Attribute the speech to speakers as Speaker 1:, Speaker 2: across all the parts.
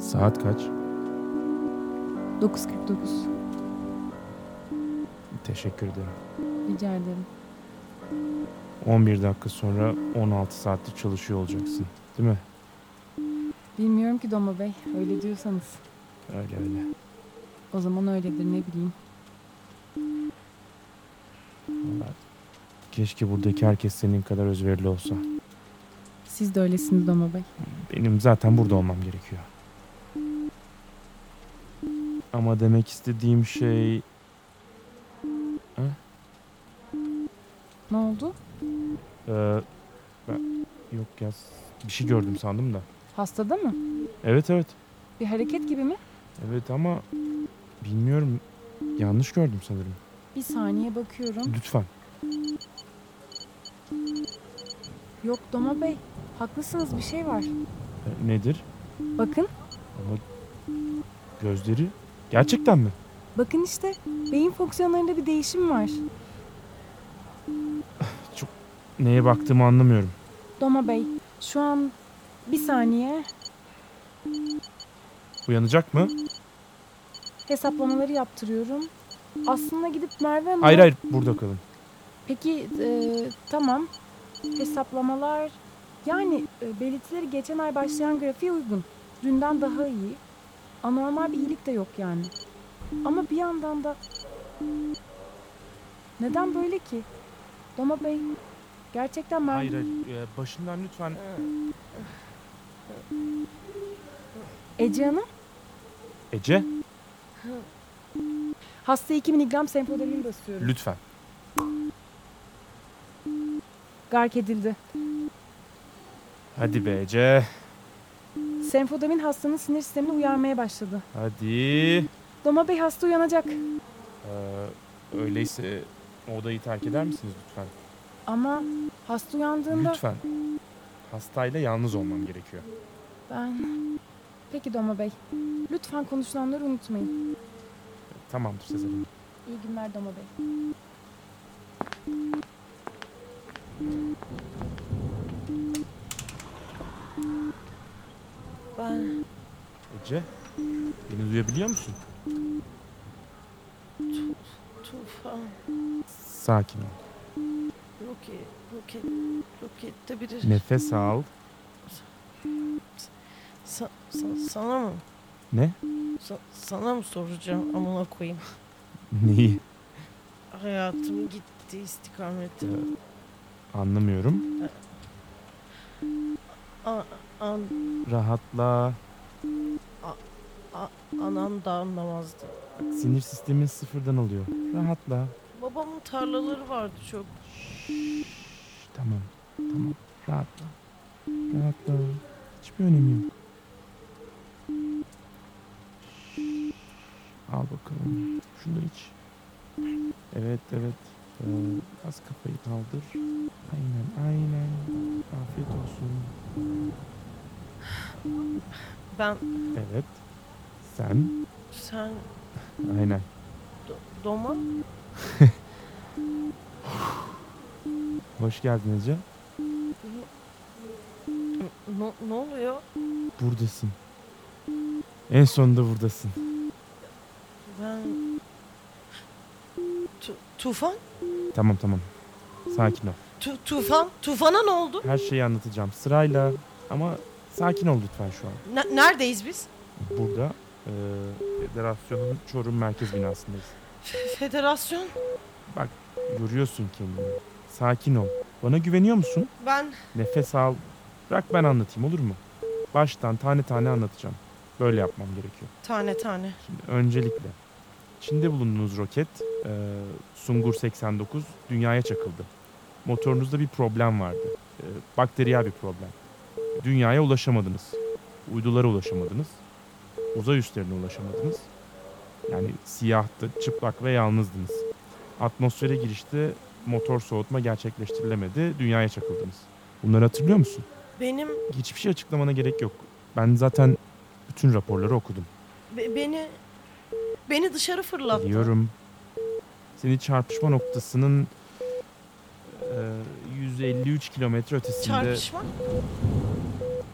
Speaker 1: Saat kaç?
Speaker 2: 9.49.
Speaker 1: Teşekkür ederim.
Speaker 2: Rica ederim.
Speaker 1: 11 dakika sonra 16 saattir çalışıyor olacaksın. Değil mi?
Speaker 2: Bilmiyorum ki Doma Bey. Öyle diyorsanız.
Speaker 1: Öyle öyle.
Speaker 2: O zaman öyledir ne bileyim.
Speaker 1: Vallahi Keşke buradaki herkes senin kadar özverili olsa.
Speaker 2: Siz de öylesiniz Doma Bey.
Speaker 1: Benim zaten burada olmam gerekiyor. Ama demek istediğim şey...
Speaker 2: Ne oldu?
Speaker 1: e, ben- yok ya bir şey gördüm sandım da.
Speaker 2: Hastada mı?
Speaker 1: Evet evet.
Speaker 2: Bir hareket gibi mi?
Speaker 1: Evet ama bilmiyorum. Yanlış gördüm sanırım.
Speaker 2: Bir saniye bakıyorum.
Speaker 1: Lütfen.
Speaker 2: Yok Doma Bey. Haklısınız bir şey var.
Speaker 1: E, nedir?
Speaker 2: Bakın.
Speaker 1: Ama gözleri gerçekten mi?
Speaker 2: Bakın işte. Beyin fonksiyonlarında bir değişim var.
Speaker 1: Neye baktığımı anlamıyorum.
Speaker 2: Doma Bey. Şu an bir saniye
Speaker 1: Uyanacak mı?
Speaker 2: hesaplamaları yaptırıyorum. Aslında gidip Merve Hanım'a...
Speaker 1: Hayır hayır burada kalın.
Speaker 2: Peki e, tamam. Hesaplamalar yani e, belirtileri geçen ay başlayan grafiğe uygun. Dünden daha iyi. Anormal bir iyilik de yok yani. Ama bir yandan da neden böyle ki? Doma Bey gerçekten ben
Speaker 1: Hayır hayır E, başından lütfen.
Speaker 2: Ece Hanım
Speaker 1: Ece
Speaker 2: hasta 2 miligram senfodemin basıyorum.
Speaker 1: lütfen.
Speaker 2: Gark edildi.
Speaker 1: Hadi be Ece.
Speaker 2: Senfodemin hastanın sinir sistemini uyarmaya başladı.
Speaker 1: Hadi.
Speaker 2: Doma Bey hasta uyanacak.
Speaker 1: Ee, öyleyse odayı terk eder misiniz lütfen?
Speaker 2: Ama hasta uyandığında
Speaker 1: Lütfen. Hastayla yalnız olmam gerekiyor.
Speaker 2: Ben... Peki Doma Bey. Lütfen konuşulanları unutmayın.
Speaker 1: Tamamdır Sezer Hanım.
Speaker 2: İyi günler Doma Bey.
Speaker 3: Ben
Speaker 1: Ece. Beni duyabiliyor musun?
Speaker 3: Tufan,
Speaker 1: Sakin ol.
Speaker 3: Roket, Roket, Roket'te biri
Speaker 1: Nefes al.
Speaker 3: Sa- sa- sana mı?
Speaker 1: Ne?
Speaker 3: Sa- sana mı soracağım amına koyayım?
Speaker 1: Neyi?
Speaker 3: Hayatım gitti istikamete.
Speaker 1: Ee, anlamıyorum.
Speaker 3: A- an,
Speaker 1: Rahatla.
Speaker 3: anam da anlamazdı.
Speaker 1: Sinir sistemin sıfırdan alıyor. Rahatla.
Speaker 3: Babamın tarlaları vardı çok.
Speaker 1: Şşş, tamam. Tamam. Rahatla. Rahatla. Hiçbir önemi yok. Şşş, Al bakalım. Şunu iç. Evet evet. Ee, az kafayı kaldır. Aynen aynen. Afiyet olsun.
Speaker 3: Ben
Speaker 1: Evet. Sen.
Speaker 3: sen
Speaker 1: Aynen.
Speaker 3: do- doma
Speaker 1: Hoş geldin Ece.
Speaker 3: ne ne oluyor?
Speaker 1: Buradasın. En sonunda buradasın.
Speaker 3: Ben Tu- Tufan?
Speaker 1: Tamam tamam. Sakin ol.
Speaker 3: Tu- tufan? Tufana ne oldu?
Speaker 1: Her şeyi anlatacağım sırayla ama sakin ol lütfen şu an.
Speaker 3: Ne- neredeyiz biz?
Speaker 1: Burada e, federasyonun Çorum merkez binasındayız.
Speaker 3: Fe- federasyon.
Speaker 1: Yoruyorsun kendini. Sakin ol. Bana güveniyor musun?
Speaker 3: Ben
Speaker 1: Nefes al. Bırak ben anlatayım olur mu? Baştan tane tane anlatacağım. Böyle yapmam gerekiyor.
Speaker 3: tane tane.
Speaker 1: Şimdi öncelikle Çin'de bulunduğunuz roket e, Sungur 89 dünyaya çakıldı. Motorunuzda bir problem vardı. E, bakteriyel bir problem. Dünyaya ulaşamadınız. Uydulara ulaşamadınız. Uzay üstlerine ulaşamadınız. Yani siyahtı, çıplak ve yalnızdınız. Atmosfere girişte motor soğutma gerçekleştirilemedi. Dünyaya çakıldınız. Bunları hatırlıyor musun?
Speaker 3: Benim
Speaker 1: Hiçbir şey açıklamana gerek yok. Ben zaten bütün raporları okudum.
Speaker 3: Be- beni beni dışarı fırlattı.
Speaker 1: Biliyorum. Seni çarpışma noktasının e, 153 kilometre ötesinde
Speaker 3: Çarpışma.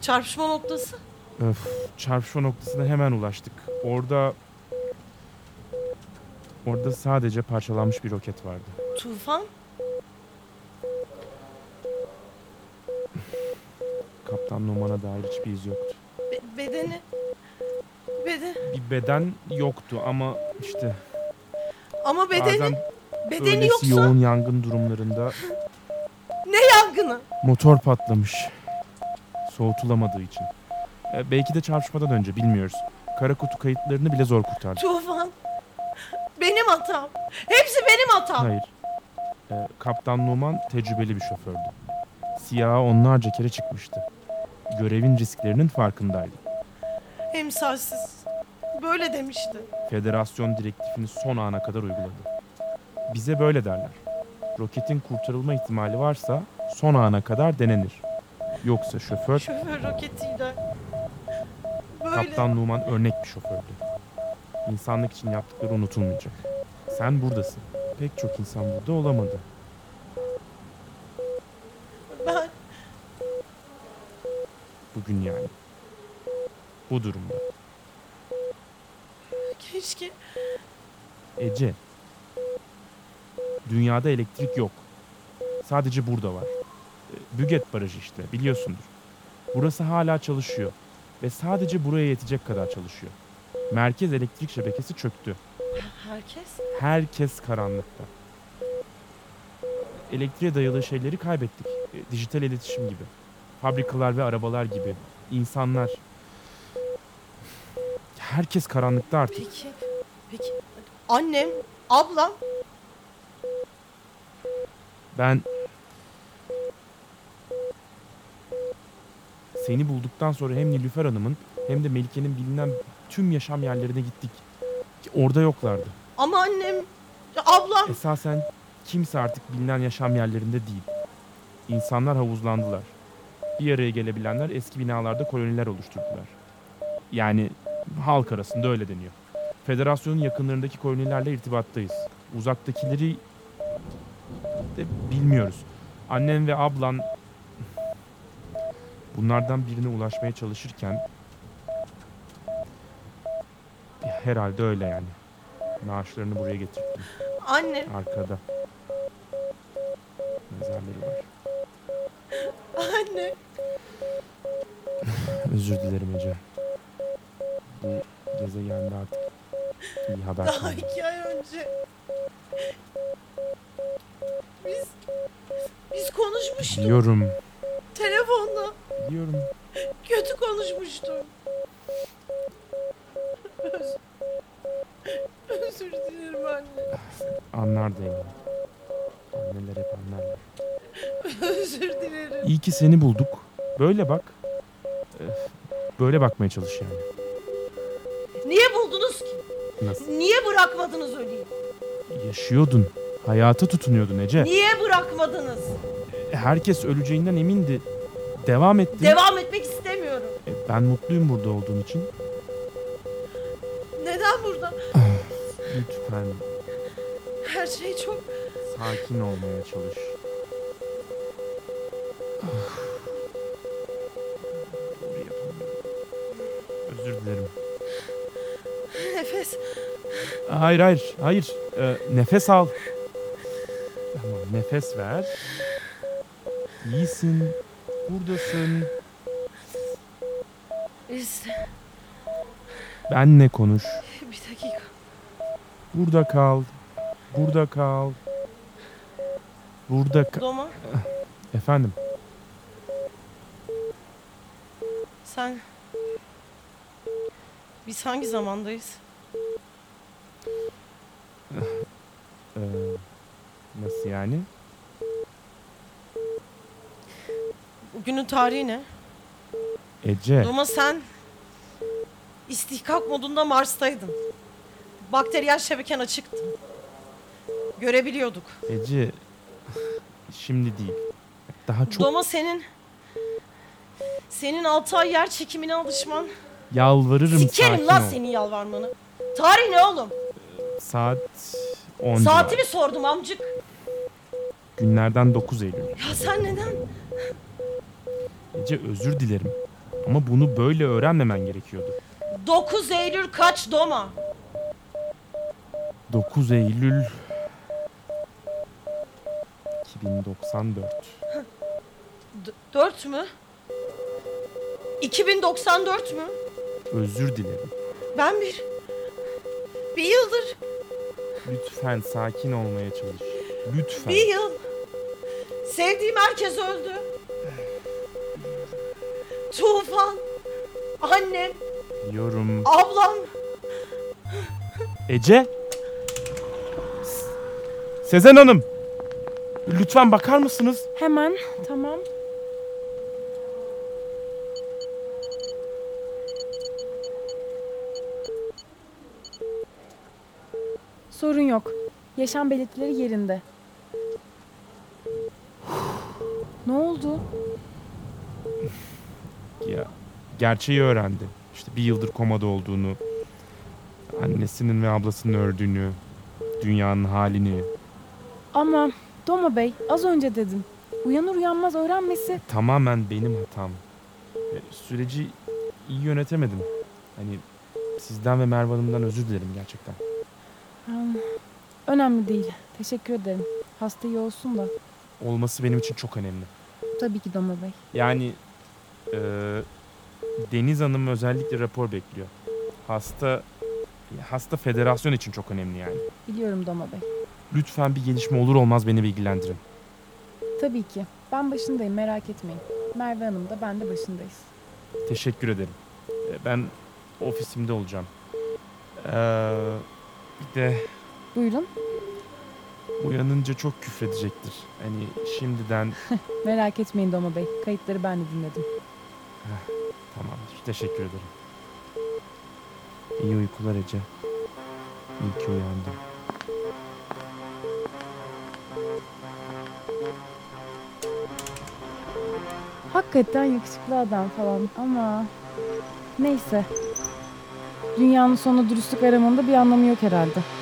Speaker 3: Çarpışma noktası.
Speaker 1: Öf, çarpışma noktasına hemen ulaştık. Orada... Orada sadece parçalanmış bir roket vardı.
Speaker 3: Tufan?
Speaker 1: Kaptan Numan'a dair hiçbir iz yoktu.
Speaker 3: Be- bedeni... Beden...
Speaker 1: Bir beden yoktu ama işte
Speaker 3: Ama bedeni...
Speaker 1: bazen
Speaker 3: bedeni
Speaker 1: öylesi
Speaker 3: yoksa
Speaker 1: yoğun yangın durumlarında
Speaker 3: yangını.
Speaker 1: motor patlamış. Soğutulamadığı için. E, belki de çarpışmadan önce bilmiyoruz. Kara kutu kayıtlarını bile zor kurtardık.
Speaker 3: Tufan. Benim hatam. Hepsi benim hatam.
Speaker 1: Hayır. E, Kaptan Numan tecrübeli bir şofördü. Siyaha onlarca kere çıkmıştı. Görevin risklerinin farkındaydı.
Speaker 3: Emsalsiz. Böyle demişti.
Speaker 1: Federasyon direktifini son ana kadar uyguladı. Bize böyle derler. Roketin kurtarılma ihtimali varsa son ana kadar denenir. Yoksa şoför
Speaker 3: Şoför roketiyle. Böyle.
Speaker 1: Kaptan Numan örnek bir şofördü. İnsanlık için yaptıkları unutulmayacak. Sen buradasın. Pek çok insan burada olamadı.
Speaker 3: Ben
Speaker 1: Bugün yani. Bu durumda.
Speaker 3: keşke...
Speaker 1: Ece. Dünyada elektrik yok. Sadece burada var. E, Büget Barajı işte biliyorsundur. Burası hala çalışıyor. Ve sadece buraya yetecek kadar çalışıyor. Merkez elektrik şebekesi çöktü.
Speaker 3: Herkes...
Speaker 1: Herkes karanlıkta. Elektriğe dayalı şeyleri kaybettik. E, Dijital iletişim gibi. Fabrikalar ve arabalar gibi. İnsanlar. Herkes karanlıkta artık.
Speaker 3: Peki... Peki... Annem, ablam...
Speaker 1: Ben seni bulduktan sonra hem Nilüfer Hanım'ın hem de Melike'nin bilinen tüm yaşam yerlerine gittik. Ki Orada yoklardı.
Speaker 3: Ama annem... Ablam...
Speaker 1: Esasen kimse artık bilinen yaşam yerlerinde değil. İnsanlar havuzlandılar. Bir araya gelebilenler eski binalarda koloniler oluşturdular. Yani halk arasında öyle deniyor. Federasyonun yakınlarındaki kolonilerle irtibattayız. Uzaktakileri de bilmiyoruz. Annem ve ablan bunlardan birine ulaşmaya çalışırken herhalde öyle yani. Naaşlarını buraya getirdim.
Speaker 3: Annem...
Speaker 1: Arkada. Mezarları var.
Speaker 3: Anne.
Speaker 1: Özür dilerim Ece. Bu gezegende artık iyi haber
Speaker 3: Daha
Speaker 1: kalmadı.
Speaker 3: iki ay önce. Biz... Biz konuşmuştuk
Speaker 1: Biliyorum.
Speaker 3: telefonla.
Speaker 1: Biliyorum.
Speaker 3: Kötü konuşmuştum. Öz- Özür dilerim anne.
Speaker 1: Anlar da yani. Anneler hep anlarlar.
Speaker 3: Özür dilerim.
Speaker 1: İyi ki seni bulduk. Böyle bak. Öf, Böyle bakmaya çalış yani.
Speaker 3: Niye buldunuz ki?
Speaker 1: Nasıl?
Speaker 3: Niye bırakmadınız öleyim?
Speaker 1: Yaşıyordun. Hayata tutunuyordun Ece.
Speaker 3: Niye bırakmadınız?
Speaker 1: Herkes öleceğinden emindi. Devam ettin.
Speaker 3: Devam etmek istemiyorum.
Speaker 1: E, Ben mutluyum burada olduğun için.
Speaker 3: Neden burada?
Speaker 1: Lütfen
Speaker 3: Her şey çok...
Speaker 1: Sakin olmaya çalış. Ah. Doğru yapamıyorum. Özür dilerim.
Speaker 3: Nefes.
Speaker 1: Hayır hayır hayır. Ee, nefes al. Tamam nefes ver. İyisin. Buradasın.
Speaker 3: Biz...
Speaker 1: Benle konuş.
Speaker 3: Bir dakika.
Speaker 1: Burada kal. Burada kal. Burada kal.
Speaker 3: Doma
Speaker 1: Efendim
Speaker 3: sen... Biz hangi zamandayız?
Speaker 1: ee, nasıl yani?
Speaker 3: Bugünün tarihi ne?
Speaker 1: Ece.
Speaker 3: Ama sen istihkak modunda Mars'taydın. Bakteriyel şebeken açıktı. Görebiliyorduk.
Speaker 1: Ece şimdi değil. Daha çok
Speaker 3: Doma senin senin 6 ay yer çekimine alışman.
Speaker 1: yalvarırım sakin
Speaker 3: Sikerim lan
Speaker 1: ol.
Speaker 3: senin yalvarmanı. Tarih ne oğlum?
Speaker 1: Saat 10
Speaker 3: Saati
Speaker 1: civarı.
Speaker 3: mi sordum amcık?
Speaker 1: Günlerden 9 Eylül.
Speaker 3: Ya sen neden?
Speaker 1: Ece özür dilerim. Ama bunu böyle öğrenmemen gerekiyordu.
Speaker 3: 9 Eylül kaç Doma?
Speaker 1: 9 Eylül 2094.
Speaker 3: 4 mü? 2094 mü?
Speaker 1: Özür dilerim.
Speaker 3: Ben bir... Bir yıldır,
Speaker 1: Lütfen sakin olmaya çalış. Lütfen.
Speaker 3: bir yıl... Sevdiğim herkes öldü. Tufan, annem,
Speaker 1: Biliyorum.
Speaker 3: ablam,
Speaker 1: Ece? S- Sezen Hanım. Lütfen bakar mısınız?
Speaker 2: Hemen tamam. Sorun yok. Yaşam belirtileri yerinde. ne oldu?
Speaker 1: Ya gerçeği öğrendi. İşte bir yıldır komada olduğunu, annesinin ve ablasının öldüğünü, dünyanın halini.
Speaker 2: Ama Doma Bey az önce dedim. Uyanır uyanmaz öğrenmesi
Speaker 1: Tamamen benim hatam. E, Süreci iyi yönetemedim. Hani sizden ve Merve Hanım'dan özür dilerim gerçekten.
Speaker 2: Hmm, önemli değil. Teşekkür ederim. Hasta iyi olsun da.
Speaker 1: Olması benim için çok önemli.
Speaker 2: Tabii ki Doma Bey.
Speaker 1: Yani e, Deniz Hanım özellikle rapor bekliyor. Hasta hasta federasyon için çok önemli yani.
Speaker 2: Biliyorum Doma Bey.
Speaker 1: Lütfen bir gelişme olur olmaz beni bilgilendirin.
Speaker 2: Tabii ki. Ben başındayım merak etmeyin. Merve Hanım da ben de başındayız.
Speaker 1: Teşekkür ederim. E, Ben ofisimde olacağım. Ee, bir de
Speaker 2: Buyurun.
Speaker 1: uyanınca çok küfredecektir. Hani şimdiden
Speaker 2: Merak etmeyin Doma Bey. Kayıtları ben de dinledim.
Speaker 1: tamamdır. Teşekkür ederim. İyi uykular Ece. İyi ki uyandın.
Speaker 2: Hakikaten yakışıklı adam falan ama neyse. Dünyanın sonu dürüstlük aramanın da bir anlamı yok herhalde.